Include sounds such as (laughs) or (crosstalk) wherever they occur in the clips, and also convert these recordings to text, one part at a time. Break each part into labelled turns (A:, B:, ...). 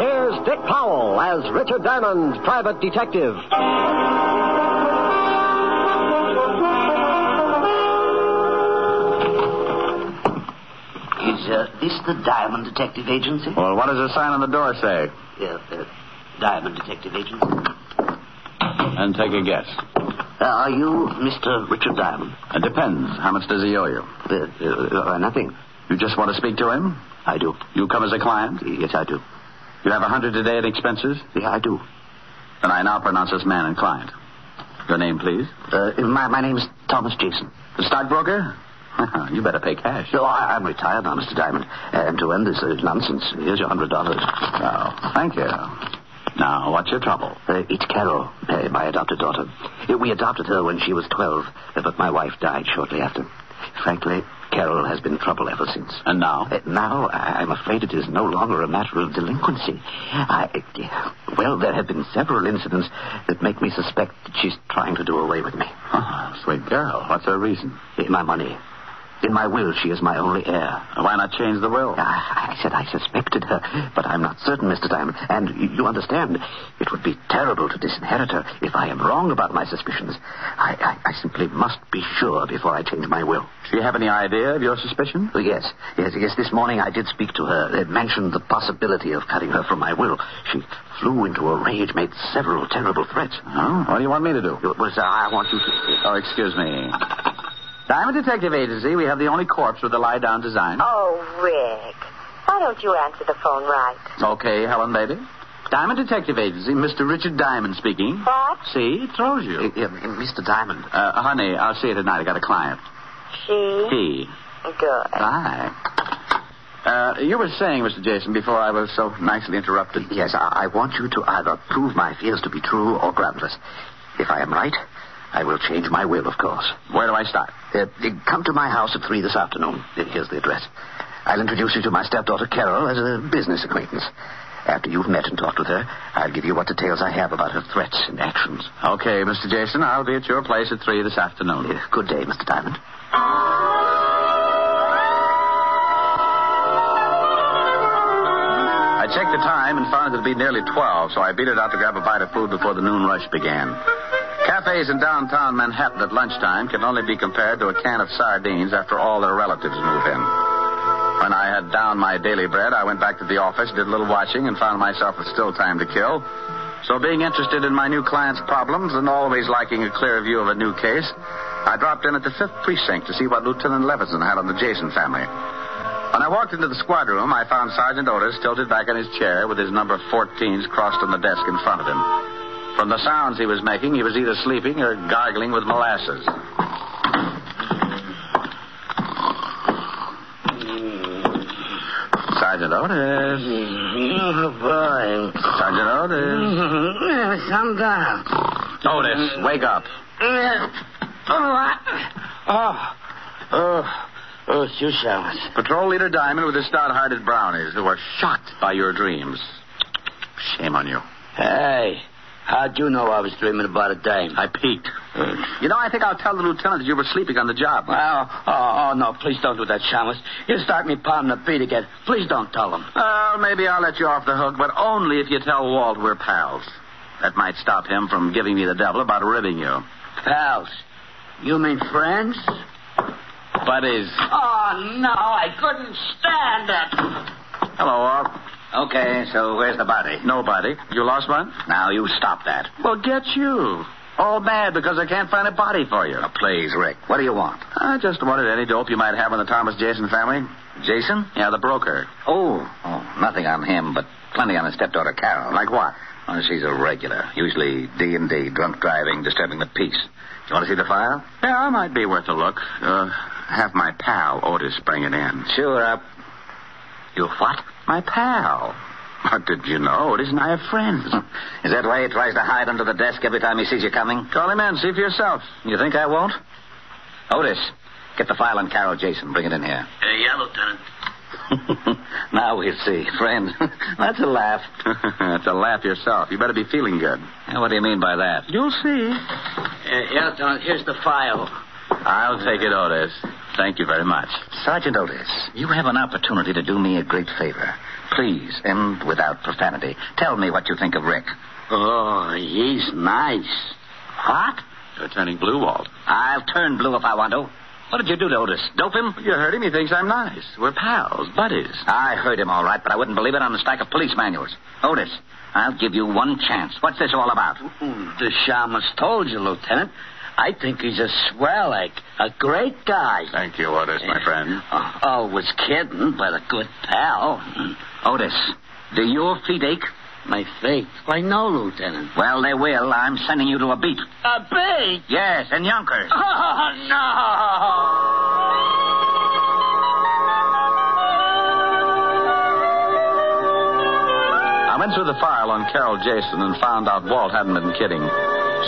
A: Here's Dick Powell as Richard Diamond, private detective.
B: Is uh, this the Diamond Detective Agency?
C: Well, what does the sign on the door say?
B: Yeah, uh, Diamond Detective Agency.
C: And take a guess.
B: Uh, are you Mr. Richard Diamond?
C: It depends. How much does he owe you?
B: Uh, uh, uh, nothing.
C: You just want to speak to him?
B: I do.
C: You come as a client?
B: Yes, I do.
C: You have a hundred a day in expenses?
B: Yeah, I do.
C: Then I now pronounce this man and client. Your name, please?
B: Uh, my, my name's Thomas Jason.
C: The stockbroker? (laughs) you better pay cash.
B: No, I, I'm retired now, Mr. Diamond. And to end this uh, nonsense, here's your hundred dollars.
C: Oh, thank you. Now, what's your trouble?
B: Uh, it's Carol, uh, my adopted daughter. Uh, We adopted her when she was 12, uh, but my wife died shortly after. Frankly, Carol has been trouble ever since.
C: And now?
B: Uh, now, I- I'm afraid it is no longer a matter of delinquency. I, well, there have been several incidents that make me suspect that she's trying to do away with me.
C: Oh, sweet girl, what's her reason?
B: In my money. In my will, she is my only heir.
C: Why not change the will?
B: I, I said I suspected her, but I'm not certain, Mr. Diamond. And y- you understand, it would be terrible to disinherit her if I am wrong about my suspicions. I, I, I simply must be sure before I change my will.
C: Do you have any idea of your suspicion?
B: Oh, yes, yes, yes. This morning I did speak to her. It mentioned the possibility of cutting her from my will. She flew into a rage, made several terrible threats.
C: Oh, what do you want me to do?
B: It was, uh, I want you to.
C: Oh, excuse me. Diamond Detective Agency, we have the only corpse with the lie down design.
D: Oh, Rick. Why don't you answer the phone right?
C: Okay, Helen Bader. Diamond Detective Agency, Mr. Richard Diamond speaking.
D: What?
C: See, it throws you.
B: Uh, uh, Mr. Diamond,
C: Uh, honey, I'll see you tonight. I got a client.
D: She?
C: He.
D: Good.
C: Bye. Uh, you were saying, Mr. Jason, before I was so nicely interrupted.
B: Yes, I, I want you to either prove my fears to be true or groundless. If I am right, I will change my will, of course.
C: Where do I start?
B: Uh, uh, come to my house at three this afternoon. Uh, Here's the address. I'll introduce you to my stepdaughter Carol as a business acquaintance. After you've met and talked with her, I'll give you what details I have about her threats and actions.
C: Okay, Mr. Jason, I'll be at your place at three this afternoon.
B: Uh, good day, Mr. Diamond.
C: I checked the time and found it to be nearly 12, so I beat it out to grab a bite of food before the noon rush began. Cafes in downtown Manhattan at lunchtime can only be compared to a can of sardines after all their relatives move in. When I had down my daily bread, I went back to the office, did a little watching, and found myself with still time to kill. So, being interested in my new client's problems and always liking a clear view of a new case, I dropped in at the 5th Precinct to see what Lieutenant Levinson had on the Jason family. When I walked into the squad room, I found Sergeant Otis tilted back in his chair with his number 14s crossed on the desk in front of him. From the sounds he was making, he was either sleeping or gargling with molasses. Sergeant Otis.
B: Oh, boy.
C: Sergeant Otis.
B: Some down.
C: Otis, wake up.
B: Oh, oh, oh, two showers.
C: Patrol Leader Diamond with his stout-hearted brownies who were shocked by your dreams. Shame on you.
B: Hey, how'd you know I was dreaming about a dame?
C: I peeked. You know, I think I'll tell the lieutenant that you were sleeping on the job.
B: Well, oh, oh, no, please don't do that, Shamus. You'll start me pounding the beat again. Please don't tell him.
C: Well, maybe I'll let you off the hook, but only if you tell Walt we're pals. That might stop him from giving me the devil about ribbing you.
B: Pals, you mean friends?
C: buddies.
E: Oh, no, I couldn't stand it.
C: Hello, Orp. Okay, so where's the body? Nobody. You lost one? Now you stop that. Well, get you. All mad because I can't find a body for you. please, Rick. What do you want? I just wanted any dope you might have on the Thomas Jason family. Jason? Yeah, the broker. Oh, oh nothing on him, but plenty on his stepdaughter Carol. Like what? Oh, she's a regular. Usually D and D, drunk driving, disturbing the peace. You want to see the file? Yeah, it might be worth a look. Uh, have my pal Otis bring it in. Sure, up. You what? My pal. What did you know? It isn't I have friends. Hmm. Is that why he tries to hide under the desk every time he sees you coming? Call him in. See for yourself. You think I won't? Otis, get the file on Carol Jason. Bring it in here.
E: Uh, yeah, Lieutenant.
C: (laughs) now we'll see. Friend, (laughs) that's a (laughs) laugh. that's a laugh yourself. You better be feeling good. what do you mean by that? You'll see.
E: Uh, yeah, Lieutenant, here's the file.
C: I'll take it, Otis. Thank you very much. Sergeant Otis, you have an opportunity to do me a great favor. Please, and without profanity, tell me what you think of Rick.
E: Oh, he's nice.
C: What? You're turning blue, Walt. I'll turn blue if I want to. What did you do to Otis? Dope him? You heard him. He thinks I'm nice. We're pals, buddies. I heard him all right, but I wouldn't believe it on a stack of police manuals. Otis, I'll give you one chance. What's this all about?
E: Mm, The shaman's told you, Lieutenant. I think he's a swell, like a great guy.
C: Thank you, Otis, my friend.
E: Uh, always kidding, but a good pal.
C: Otis, do your feet ache?
E: My faith. Why, no, Lieutenant.
C: Well, they will. I'm sending you to a beat.
E: A bee?
C: Yes, in Yonkers.
E: (laughs) Oh, no!
C: I went through the file on Carol Jason and found out Walt hadn't been kidding.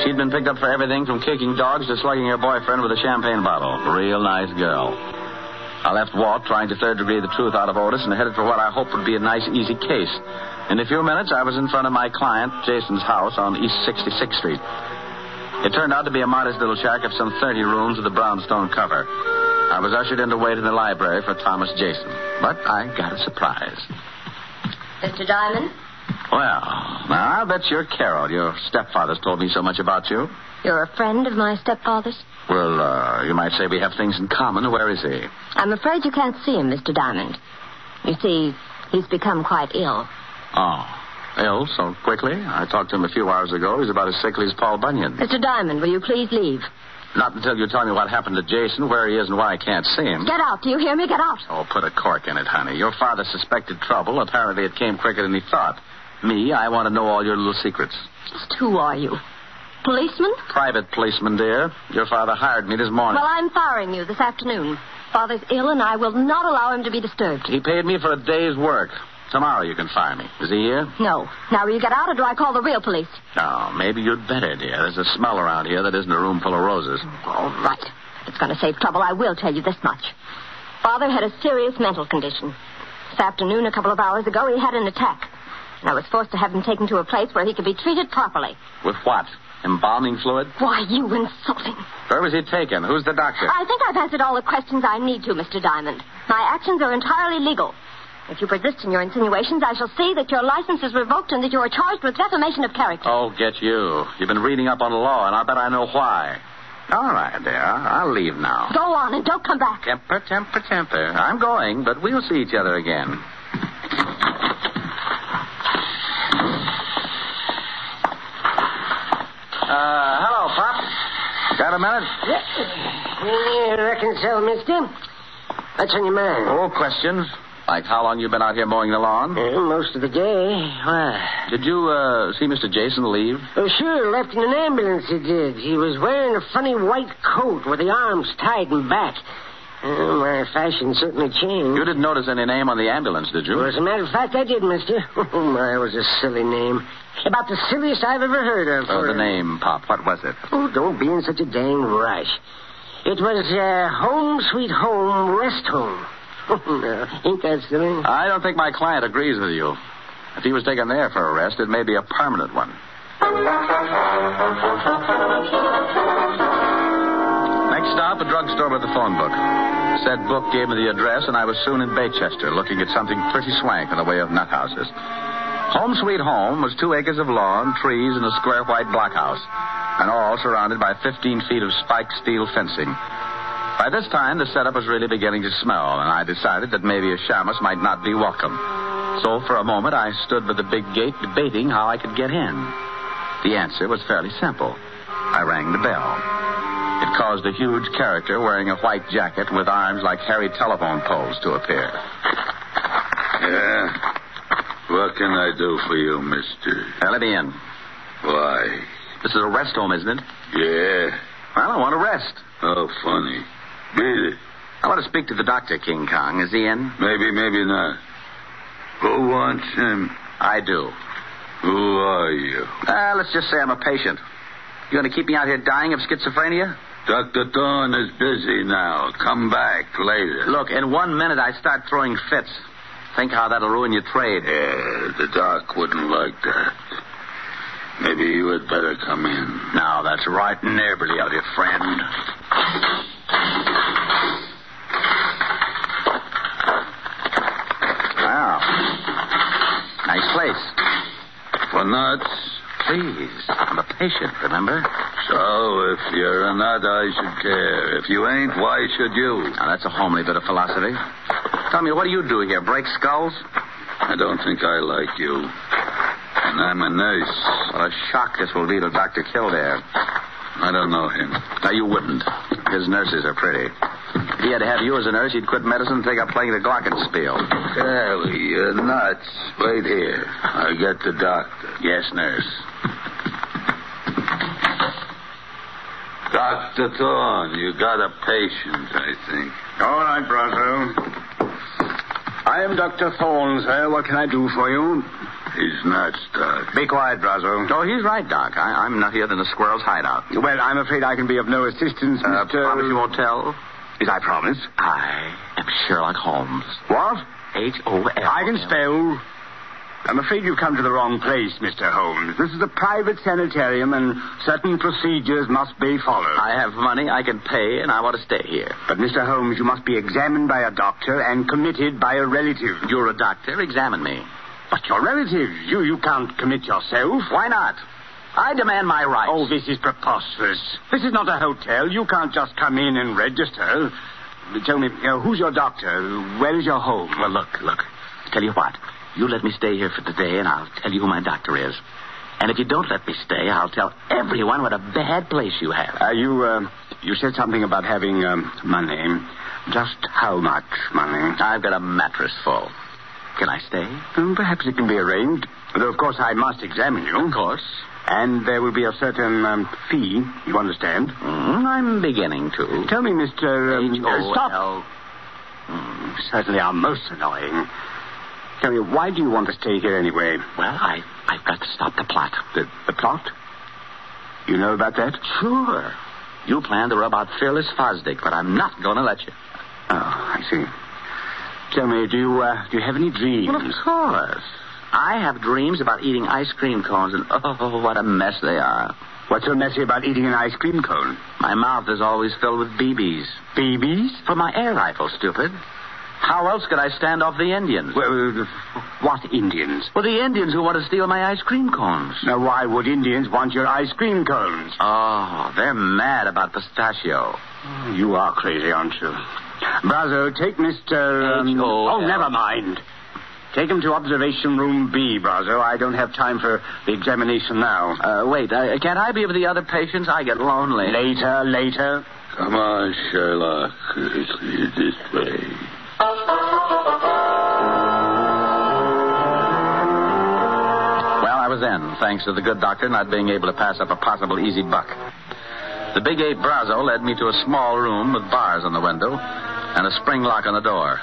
C: She'd been picked up for everything from kicking dogs to slugging her boyfriend with a champagne bottle. Real nice girl. I left Walt trying to third degree the truth out of Otis and headed for what I hoped would be a nice, easy case. In a few minutes, I was in front of my client, Jason's house on East 66th Street. It turned out to be a modest little shack of some 30 rooms with a brownstone cover. I was ushered in to wait in the library for Thomas Jason, but I got a surprise.
D: Mr. Diamond?
C: Well, now I'll bet you're Carol. Your stepfather's told me so much about you.
D: You're a friend of my stepfather's?
C: Well, uh, you might say we have things in common. Where is he?
D: I'm afraid you can't see him, Mr. Diamond. You see, he's become quite ill.
C: Oh, ill so quickly. I talked to him a few hours ago. He's about as sickly as Paul Bunyan.
D: Mr. Diamond, will you please leave?
C: Not until you tell me what happened to Jason, where he is, and why I can't see him.
D: Get out. Do you hear me? Get out.
C: Oh, put a cork in it, honey. Your father suspected trouble. Apparently, it came quicker than he thought. Me, I want to know all your little secrets.
D: Just who are you? Policeman?
C: Private policeman, dear. Your father hired me this morning.
D: Well, I'm firing you this afternoon. Father's ill, and I will not allow him to be disturbed.
C: He paid me for a day's work. Tomorrow you can fire me. Is he here?
D: No. Now, will you get out, or do I call the real police?
C: Oh, maybe you'd better, dear. There's a smell around here that isn't a room full of roses.
D: All right. If It's going to save trouble. I will tell you this much. Father had a serious mental condition. This afternoon, a couple of hours ago, he had an attack. And I was forced to have him taken to a place where he could be treated properly.
C: With what? Embalming fluid?
D: Why, you insulting.
C: Where was he taken? Who's the doctor?
D: I think I've answered all the questions I need to, Mr. Diamond. My actions are entirely legal. If you persist in your insinuations, I shall see that your license is revoked and that you are charged with defamation of character.
C: Oh, get you. You've been reading up on the law, and I bet I know why. All right, dear. I'll leave now.
D: Go on and don't come back.
C: Temper, temper, temper. I'm going, but we'll see each other again. Uh, hello, Pop. Got a minute?
F: I reckon so, mister. What's on your mind?
C: Oh, questions. Oh. Like how long you been out here mowing the lawn?
F: Uh, most of the day. Why?
C: Did you uh, see Mr. Jason leave?
F: Oh, sure, left in an ambulance he did. He was wearing a funny white coat with the arms tied and back. Oh, my fashion certainly changed.
C: You didn't notice any name on the ambulance, did you?
F: Well, as a matter of fact, I did, mister. (laughs) Oh, my, it was a silly name. About the silliest I've ever heard of.
C: Oh,
F: for
C: the
F: a-
C: name, Pop. What was it?
F: Oh, don't be in such a dang rush. It was uh, Home Sweet Home Rest Home. (laughs) Oh, no. Ain't that silly?
C: I don't think my client agrees with you. If he was taken there for arrest, it may be a permanent one. Next stop, a drugstore with a phone book. Said book gave me the address, and I was soon in Baychester looking at something pretty swank in the way of nut houses. Home Sweet Home was two acres of lawn, trees, and a square white blockhouse, and all surrounded by 15 feet of spiked steel fencing. By By this time, the setup was really beginning to smell, and I decided that maybe a shamus might not be welcome. So for a moment, I stood by the big gate debating how I could get in. The answer was fairly simple. I rang the bell. It caused a huge character wearing a white jacket with arms like hairy telephone poles to appear.
G: Yeah? What can I do for you, mister?
C: Now, let me in.
G: Why?
C: This is a rest home, isn't it?
G: Yeah.
C: Well, I want to rest.
G: Oh, funny. Beat it.
C: I want to speak to the doctor, King Kong. Is he in?
G: Maybe, maybe not. Who wants him?
C: I do.
G: Who are you?
C: Uh, let's just say I'm a patient. You going to keep me out here dying of schizophrenia?
G: Dr. Thorne is busy now. Come back later.
C: Look, in one minute I start throwing fits. Think how that'll ruin your trade.
G: Yeah, the doc wouldn't like that. Maybe you had better come in.
C: Now, that's right neighborly of you, friend. Wow. Nice place.
G: For nuts.
C: Please, I'm a patient, remember?
G: So, if you're a nut, I should care. If you ain't, why should you?
C: Now, that's a homely bit of philosophy. Tell me, what do you do here? Break skulls?
G: I don't think I like you. And I'm a nurse.
C: What a shock this will be to Dr. Kildare.
G: I don't know him.
C: Now, you wouldn't. His nurses are pretty. If he had to have you as a nurse, he'd quit medicine and take up playing the glockenspiel.
G: Ellie, you're nuts. Wait here. I got the doctor.
C: Yes, nurse.
G: Dr. Thorne, you got a patient, I think.
E: All right, Bronto. I am Dr. Thorne, sir. What can I do for you?
G: He's nuts, Doc.
E: Be quiet, Bronzo.
C: Oh, he's right, Doc. I, I'm nuttier than a squirrel's hideout.
E: Well, I'm afraid I can be of no assistance,
C: Uh,
E: Mr.
C: Promise you won't tell?
E: Is I promise?
C: I am Sherlock Holmes.
E: What?
C: H O L.
E: I can spell. I'm afraid you've come to the wrong place, Mr. Holmes. This is a private sanitarium, and certain procedures must be followed.
C: I have money I can pay, and I want to stay here.
E: But, Mr. Holmes, you must be examined by a doctor and committed by a relative.
C: You're a doctor. Examine me.
E: But your relative, you, you can't commit yourself.
C: Why not? I demand my rights.
E: Oh, this is preposterous. This is not a hotel. You can't just come in and register. Tell me, uh, who's your doctor? Where is your home?
C: Well, look, look. Tell you what. You let me stay here for today, and I'll tell you who my doctor is. And if you don't let me stay, I'll tell everyone what a bad place you have.
E: Uh, you, uh, you said something about having um, money. Just how much money?
C: I've got a mattress full. Can I stay?
E: Um, perhaps it can be arranged. Though, of course, I must examine you. Of course. And there will be a certain um, fee, you understand?
C: Mm, I'm beginning to.
E: Tell me, Mr. Um,
C: H-O-L.
E: uh, stop. You
C: Mm,
E: certainly are most annoying. Tell me, why do you want to stay here anyway?
C: Well, I, I've got to stop the plot.
E: The, the plot? You know about that?
C: Sure. You plan to rub out Fearless Fosdick, but I'm not going to let you.
E: Oh, I see. Tell me, do you, uh, do you have any dreams?
C: Well, of course. I have dreams about eating ice cream cones, and oh, what a mess they are.
E: What's so messy about eating an ice cream cone?
C: My mouth is always filled with BBs.
E: Babies?
C: For my air rifle, stupid. How else could I stand off the Indians? Well,
E: Well, uh, what Indians?
C: the Indians who want to steal my ice cream cones.
E: Now, why would Indians want your ice cream cones?
C: Oh, they're mad about pistachio.
E: You are crazy, aren't you? Brazo, take Mr. Um,
C: H.O.L..
E: oh, never mind. Take him to observation room B, Brazo. I don't have time for the examination now.
C: Uh, wait, uh, can't I be with the other patients? I get lonely.
E: Later, later.
G: Come on, Sherlock. This way.
C: Well, I was in, thanks to the good doctor not being able to pass up a possible easy buck. The big ape Brazo led me to a small room with bars on the window and a spring lock on the door.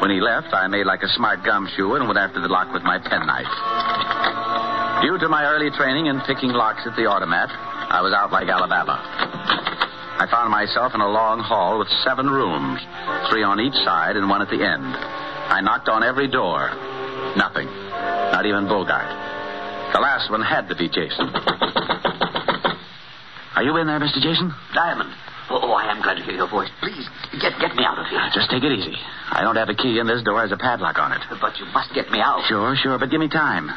C: When he left, I made like a smart gumshoe and went after the lock with my penknife. Due to my early training in picking locks at the automat, I was out like Alabama. I found myself in a long hall with seven rooms, three on each side and one at the end. I knocked on every door. Nothing. Not even Bogart. The last one had to be Jason. Are you in there, Mr. Jason?
H: Diamond. Oh, oh, I am glad to hear your voice. Please, get, get me out of here.
C: Just take it easy. I don't have a key, and this door has a padlock on it.
H: But you must get me out.
C: Sure, sure, but give me time.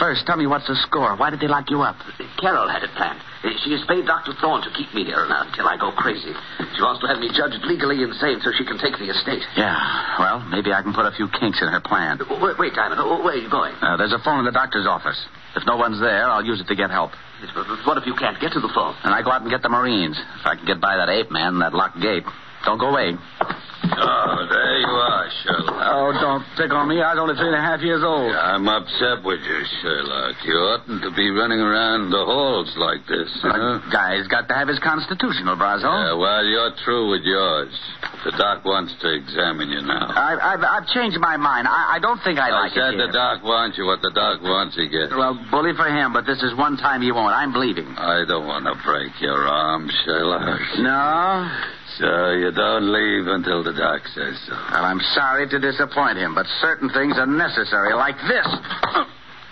C: First, tell me what's the score. Why did they lock you up?
E: Carol had it planned. Uh, She has paid Dr. Thorne to keep me here now until I go crazy. She wants to have me judged legally insane so she can take the estate.
C: Yeah, well, maybe I can put a few kinks in her plan.
E: Wait, wait, Diamond. Oh, where are you going?
C: Uh, there's a phone in the doctor's office. If no one's there, I'll use it to get help.
E: But- but What if you can't get to the phone?
C: And I go out and get the Marines. If I can get by that ape man, that locked gate. Don't go away.
I: Oh, there you are, Sherlock.
C: Oh, don't pick on me. I was only three and a half years old.
I: I'm upset with you, Sherlock. You oughtn't to be running around the halls like this. Huh?
C: Guy's got to have his constitutional, Brazo.
I: Yeah, well, you're through with yours. The doc wants to examine you now.
C: I've, I've, I've changed my mind. I, I don't think I, like
I: said
C: it.
I: the doc wants you. What the doc wants, he gets.
C: here. Well, bully for him, but this is one time he won't. I'm bleeding.
I: I don't want to break your arm, Sherlock.
C: No?
I: So you don't leave until the doc says so.
C: Well, I'm sorry to disappoint him, but certain things are necessary, like this.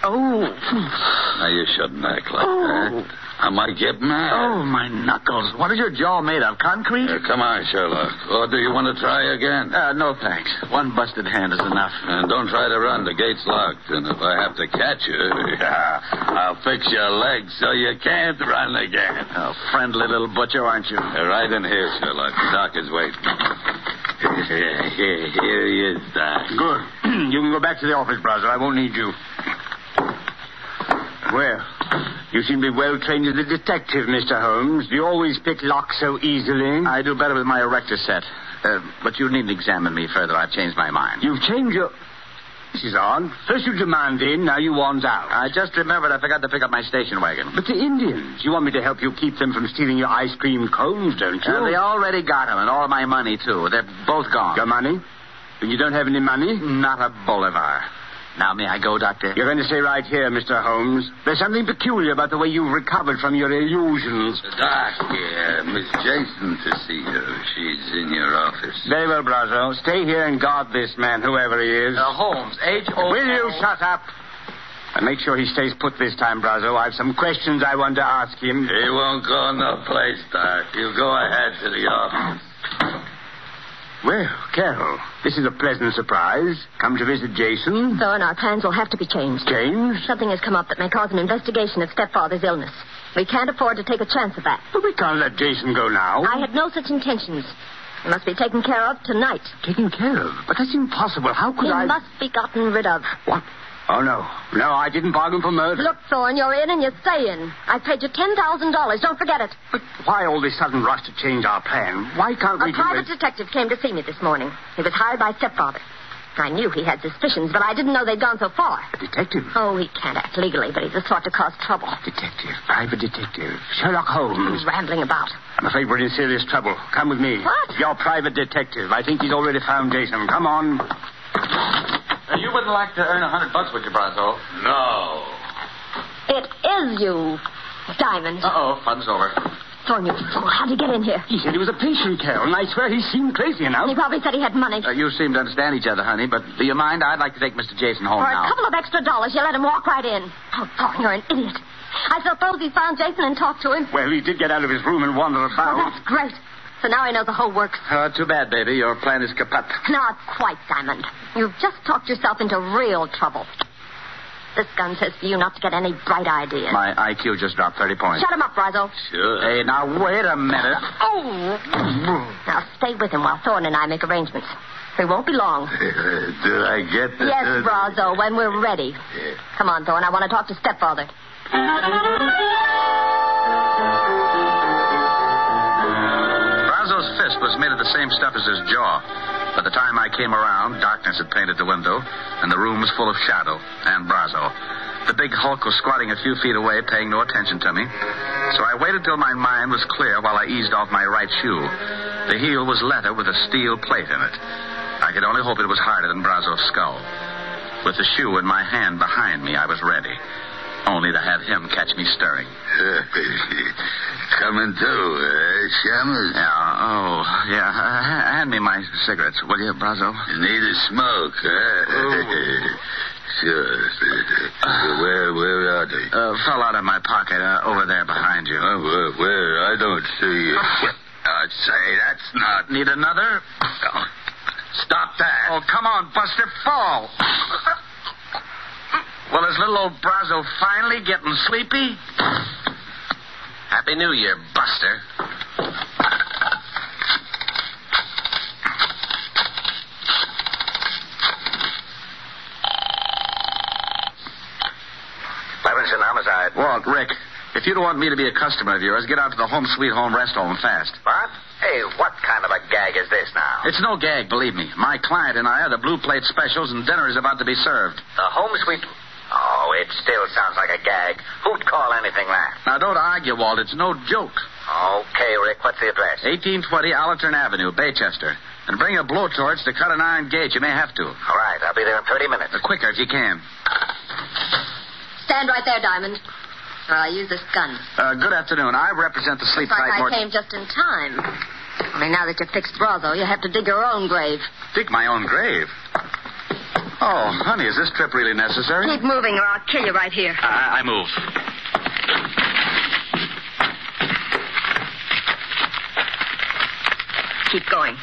C: Oh.
I: Now, you shouldn't act like
C: Oh.
I: that. I might get
C: Oh,
I: mad.
C: my knuckles. What is your jaw made of? Concrete?
I: Here, Uh, come on, Sherlock. Or do you want to try again?
C: Uh, no, thanks. One busted hand is enough.
I: And don't try to run. The gate's locked. And if I have to catch you, (laughs) yeah, I'll fix your leg so you can't run again.
C: Oh, friendly little butcher, aren't you?
I: Uh, Right in here, Sherlock. The doc is waiting. here, (laughs) here he is, Doc.
C: (clears throat)
J: Good. you can go back to the office, Browser. I won't need you. Well, you seem to be well trained as a detective, Mr. Holmes. Do you always pick locks so easily?
C: I do better with my erector set. Uh, but you needn't examine me further. I've changed my mind.
J: You've changed your. This is odd. First you demand in, now you want out.
C: I just remembered I forgot to pick up my station wagon.
J: But the Indians, you want me to help you keep them from stealing your ice cream cones, don't you?
C: Uh, they already got him, and all my money, too. They're both gone.
J: Your money? Then you don't have any money?
C: Not a bolivar. Now, may I go, Doctor?
J: You're going to stay right here, Mr. Holmes. There's something peculiar about the way you've recovered from your illusions.
I: The doc here. Miss Jason to see you. She's in your office.
J: Very well, Brazo. Stay here and guard this man, whoever he is.
C: Holmes, H O.
J: Will you shut up? And make sure he stays put this time, Brazo. I've some questions I want to ask him.
I: He won't go no place, Doc. You go ahead to the office.
J: Well, Carol, this is a pleasant surprise. Come to visit Jason.
D: So, and our plans will have to be changed.
J: James?
D: Something has come up that may cause an investigation of stepfather's illness. We can't afford to take a chance of that.
J: But we can't let Jason go now.
D: I had no such intentions. He must be taken care of tonight.
J: Taken care of. But that's impossible. How could
D: he
J: I...
D: must be gotten rid of.
J: What? Oh, no. No, I didn't bargain for murder.
D: Look, Thorne, you're in and you stay in. I paid you ten thousand dollars. Don't forget it.
J: But why all this sudden rush to change our plan? Why can't we
D: A
J: do
D: private
J: it?
D: detective came to see me this morning. He was hired by stepfather. I knew he had suspicions, but I didn't know they'd gone so far.
J: A detective.
D: Oh, he can't act legally, but he's the sort to cause trouble.
J: Detective. Private detective. Sherlock Holmes.
D: He's rambling about.
J: I'm afraid we're in serious trouble. Come with me.
D: What?
J: Your private detective. I think he's already found Jason. Come on.
C: you wouldn't like to earn a hundred bucks, would you, Bronzo?
I: No.
D: It is you, Diamond.
C: oh, fun's over.
D: Thorne, you fool. How'd you get in here?
J: He said he was a patient, Carol, and I swear he seemed crazy
D: He
J: enough.
D: probably said he had money.
C: Uh, you seem to understand each other, honey, but do you mind? I'd like to take Mr. Jason home
D: For
C: now.
D: a couple of extra dollars, you let him walk right in. Oh, Thorne, you're an idiot. I suppose he found Jason and talked to him.
J: Well, he did get out of his room and wander
D: Well,
J: about.
D: that's great. So now I know the whole works.
C: (laughs) Uh, too bad, baby. Your plan is kaput.
D: Not quite, Diamond. You've just talked yourself into real trouble. This gun says for you not to get any bright ideas.
C: My IQ just dropped 30 points.
D: Shut him up, Rizzo.
I: Sure.
C: Hey, now, wait
J: (laughs)
C: a minute.
D: Now stay with him while Thorne and I make arrangements. We won't be long.
I: Do I get the...
D: Yes,
C: Uh,
D: Brazo, when we're ready. Come on, Thorne. I want to talk to stepfather.
C: Brazo's fist was made of the same stuff as his jaw. By the time I came around, darkness had painted the window, and the room was full of shadow and Brazo. The big hulk was squatting a few feet away, paying no attention to me. So I waited till my mind was clear while I eased off my right shoe. The heel was leather with a steel plate in it. I could only hope it was harder than Brazo's skull. With the shoe in my hand behind me, I was ready. Only to have him catch me stirring.
I: (laughs) Coming to, eh, Shamus?
C: Yeah, oh, yeah. Uh, ha- hand me my cigarettes, will you, Brazo? Oh.
I: Need a smoke, huh? (laughs) sure. Where, where are they?
C: Uh, fell out of my pocket uh, over there behind you. Oh,
I: Huh, where, where? I don't see it. I say, that's not. Oh,
C: Need another?
I: Stop that.
C: Oh, come on, Buster, fall. Well, is little old Brazo finally getting sleepy?
E: Happy New Year, Buster.
C: Levinson, homicide. Walt, Rick, if you don't want me to be a customer of yours, get out to the home sweet home rest home fast.
E: What? Hey, what kind of a gag is this now?
C: It's no gag, believe me. My client and I are the blue plate specials, and dinner is about to be served.
E: The home sweet. Oh, it still sounds like a gag. Who'd call anything that?
C: Now, don't argue, Walt. It's no joke.
E: Okay, Rick, what's the address?
C: 1820 Allerton Avenue, Baychester. And bring a blowtorch to cut an iron gauge. You may have to.
E: All right, I'll be there in 30 minutes.
C: The quicker, if you can.
D: Stand right there, Diamond. Or I'll use this gun.
C: Uh, good afternoon. I represent the sleep
D: Looks like
C: tight
D: I
C: mort-
D: came just in time. Only now that you fixed Bravo, you have to dig your own grave.
C: Dig my own grave. Oh, honey, is this trip really necessary?
D: Keep moving, or I'll kill you right here.
C: I, I move.
D: Keep going.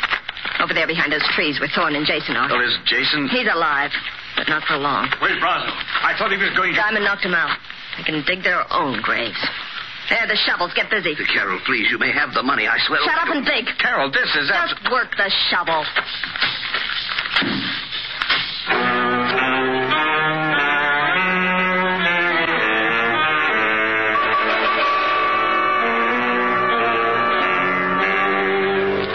D: Over there behind those trees where Thorne and Jason are.
C: Well, Oh, is Jason.
D: He's alive, but not for long.
I: Where's Brazo? I thought he was going
D: Diamond knocked him out. They can dig their own graves. There, the shovels. Get busy.
E: Carol, please, you may have the money. I swear.
D: Shut up and dig.
C: Carol, this is. abs-
D: Just work the shovel.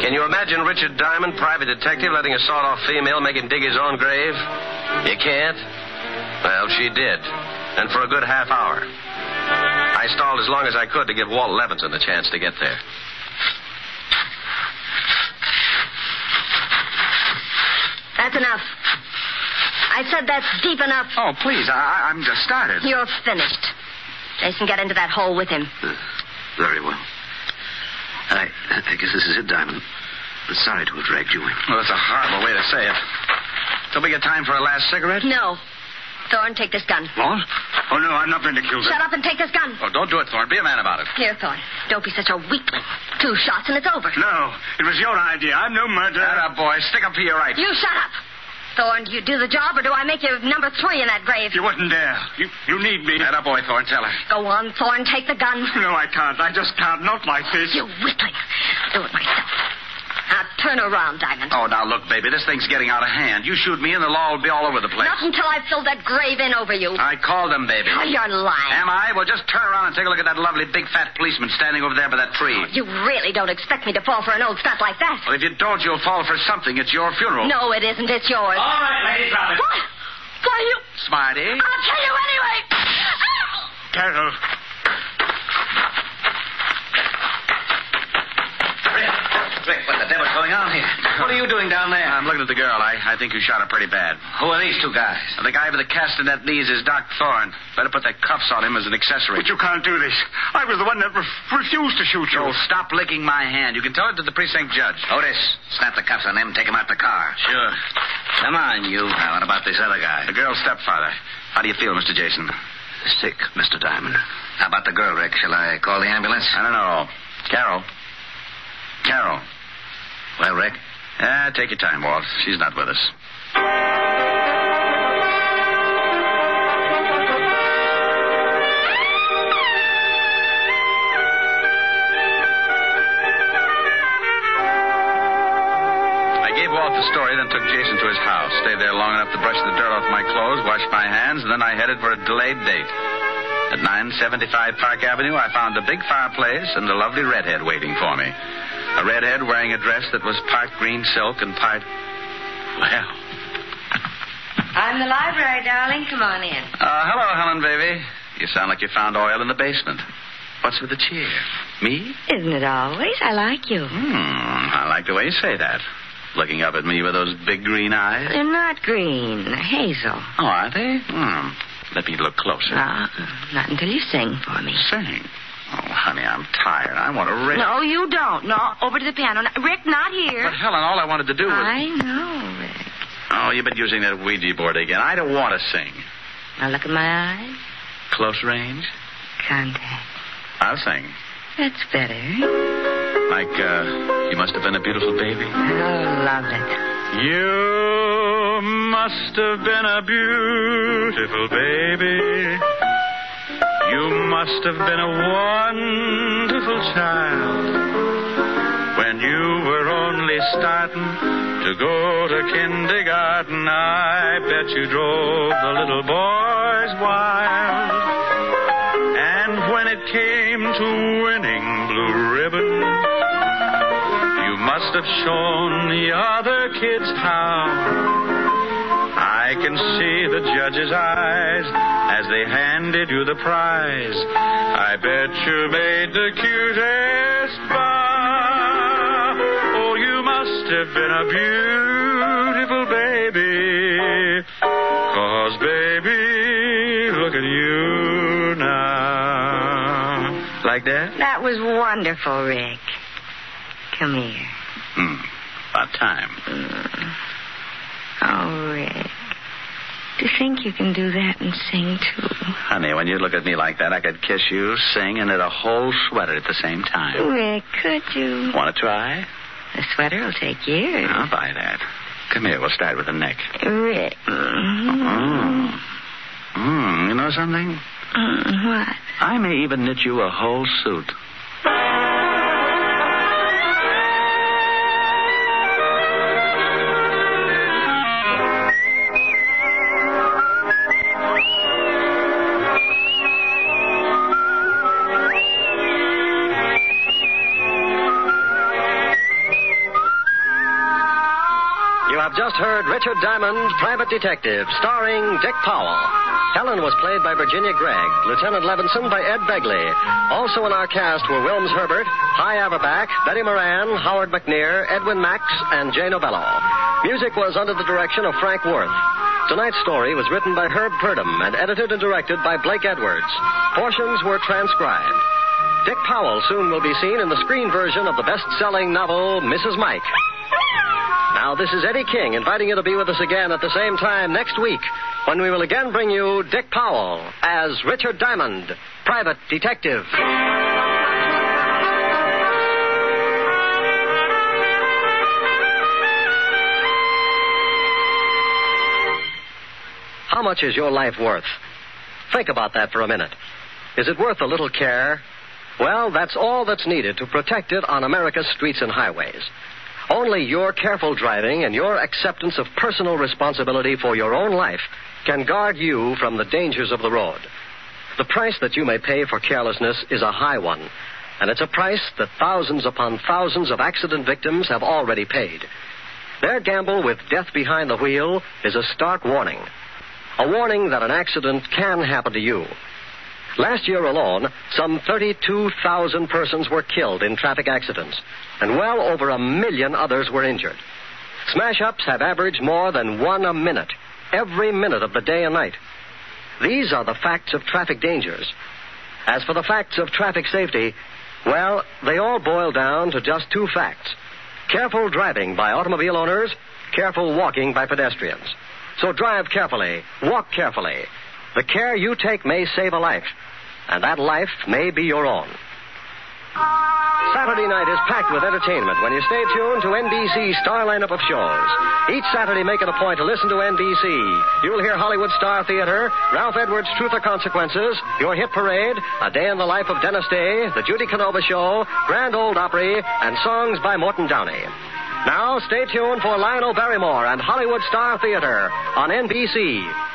K: Can you imagine Richard Diamond, private detective, letting a sawed off female make him dig his own grave? You can't? Well, she did. And for a good half hour. I stalled as long as I could to give Walt Levinson a chance to get there.
D: That's enough. I said that's deep enough.
C: Oh, please, I, I'm just started.
D: You're finished. Jason, get into that hole with him.
C: Hmm.
B: Very well. I, I guess this is it, Diamond. I'm sorry to have dragged you in.
C: Well, that's a horrible way to say it. Don't we get time for a last cigarette?
D: No. Thorne, take this gun.
C: What? Oh, no, I'm not going to kill
D: Shut up and take this gun.
C: Oh, don't do it, Thorne. Be a man about it.
D: Here, Thorne. Don't be such a weakling. Two shots and it's over.
C: No, it was your idea. I'm no murderer. Shut up, boy. Stick up for your rights.
D: You shut up. Thorne, do you do the job or do I make you number three in that grave?
C: You wouldn't dare. You, you need me. Shut up, boy, Thorne. Tell her.
D: Go on, Thorne, take the gun.
C: No, I can't. I just can't. Not like this.
D: You weakling. Do it myself. Now turn around, Diamond.
C: Oh, now look, baby, this thing's getting out of hand. You shoot me, and the law will be all over the place.
D: Not until I've filled that grave in over you.
C: I called them, baby.
D: Oh, you're lying.
C: Uh, Am I? Well, just turn around and take a look at that lovely big fat policeman standing over there by that tree.
D: You really don't expect me to fall for an old stunt like that.
C: Well, if you don't, you'll fall for something. It's your funeral.
D: No, it isn't. It's
C: All
D: yours.
C: right, lady, drop it.
D: What? Why, you...
C: Smarty.
D: I'll kill you anyway.
C: Carol.
E: Rick, what the devil's going on here? What are you doing down there?
C: I'm looking at the girl. I, I think you shot her pretty bad.
E: Who are these two guys?
C: The guy with the castanet knees is Doc Thorne. Better put the cuffs on him as an accessory.
J: But you can't do this. I was the one that re- refused to shoot you.
C: Joel, Oh, stop licking my hand. You can tell it to the precinct judge.
E: Otis, snap the cuffs on them and take them out the car.
C: Sure.
E: Come on, you. Now, what about this other guy?
C: The girl's stepfather. How do you feel, Mr. Jason?
E: Sick, Mr. Diamond. How about the girl, Rick? Shall I call the ambulance?
C: I don't know. Carol. Carol.
E: Well, Rick?
C: Ah, take your time, Walt. She's not with us. I gave Walt the story, then took Jason to his house. Stayed there long enough to brush the dirt off my clothes, wash my hands, and then I headed for a delayed date. At 975 Park Avenue, I found a big fireplace and a lovely redhead waiting for me. A redhead wearing a dress that was part green silk and part. Well.
D: I'm the library, darling. Come on in.
C: Uh, hello, Helen, baby. You sound like you found oil in the basement. What's with the cheer? Me?
D: Isn't it always? I like you.
C: Hmm, I like the way you say that. Looking up at me with those big green eyes.
D: They're not green. They're Hazel.
C: Oh, are they? Hmm. Let me look closer.
D: Uh, not until you sing for me.
C: Sing? Oh, honey, I'm tired. I want to rest.
D: No, you don't. No, over to the piano. Now, Rick, not here.
C: But, Helen, all I wanted to do was.
D: I know, Rick.
C: Oh, you've been using that Ouija board again. I don't want to sing.
D: Now look at my eyes.
C: Close range?
D: Contact.
C: I'll sing.
D: That's better.
C: Like, uh, you must have been a beautiful baby.
D: Oh, love it.
C: You must have been a beautiful baby. You must have been a wonderful child. When you were only starting to go to kindergarten, I bet you drove the little boys wild. And when it came to winning blue ribbon, you must have shown the other kids how. I can see the judge's eyes as they handed you the prize. I bet you made the cutest bow. Oh, you must have been a beautiful baby. Cause, baby, look at you now. Like that?
D: That was wonderful, Rick. Come here.
L: Hmm. About time.
D: Oh, Rick. To think you can do that and sing, too.
M: Honey, when you look at me like that, I could kiss you, sing, and knit a whole sweater at the same time.
D: Rick, could you?
M: Want to try?
D: The sweater will take years.
M: I'll buy that. Come here, we'll start with the neck.
D: Rick.
C: Uh-huh.
D: Uh-huh.
M: Mm. Mm, you know something?
D: Mm, what?
M: I may even knit you a whole suit.
N: You have just heard Richard Diamond, Private Detective, starring Dick Powell. Helen was played by Virginia Gregg, Lieutenant Levinson by Ed Begley. Also in our cast were Wilms Herbert, Hi Averback, Betty Moran, Howard McNear, Edwin Max, and Jane Obello. Music was under the direction of Frank Worth. Tonight's story was written by Herb Purdom and edited and directed by Blake Edwards. Portions were transcribed. Dick Powell soon will be seen in the screen version of the best-selling novel, Mrs. Mike. Now, this is Eddie King inviting you to be with us again at the same time next week when we will again bring you Dick Powell as Richard Diamond, private detective. How much is your life worth? Think about that for a minute. Is it worth a little care? Well, that's all that's needed to protect it on America's streets and highways. Only your careful driving and your acceptance of personal responsibility for your own life can guard you from the dangers of the road. The price that you may pay for carelessness is a high one, and it's a price that thousands upon thousands of accident victims have already paid. Their gamble with death behind the wheel is a stark warning. A warning that an accident can happen to you. Last year alone, some 32,000 persons were killed in traffic accidents, and well over a million others were injured. Smash ups have averaged more than one a minute, every minute of the day and night. These are the facts of traffic dangers. As for the facts of traffic safety, well, they all boil down to just two facts careful driving by automobile owners, careful walking by pedestrians. So drive carefully, walk carefully, the care you take may save a life, and that life may be your own. Saturday night is packed with entertainment when you stay tuned to NBC's star lineup of shows. Each Saturday, make it a point to listen to NBC. You'll hear Hollywood Star Theater, Ralph Edwards' Truth or Consequences, Your Hit Parade, A Day in the Life of Dennis Day, The Judy Canova Show, Grand Old Opry, and songs by Morton Downey. Now, stay tuned for Lionel Barrymore and Hollywood Star Theater on NBC.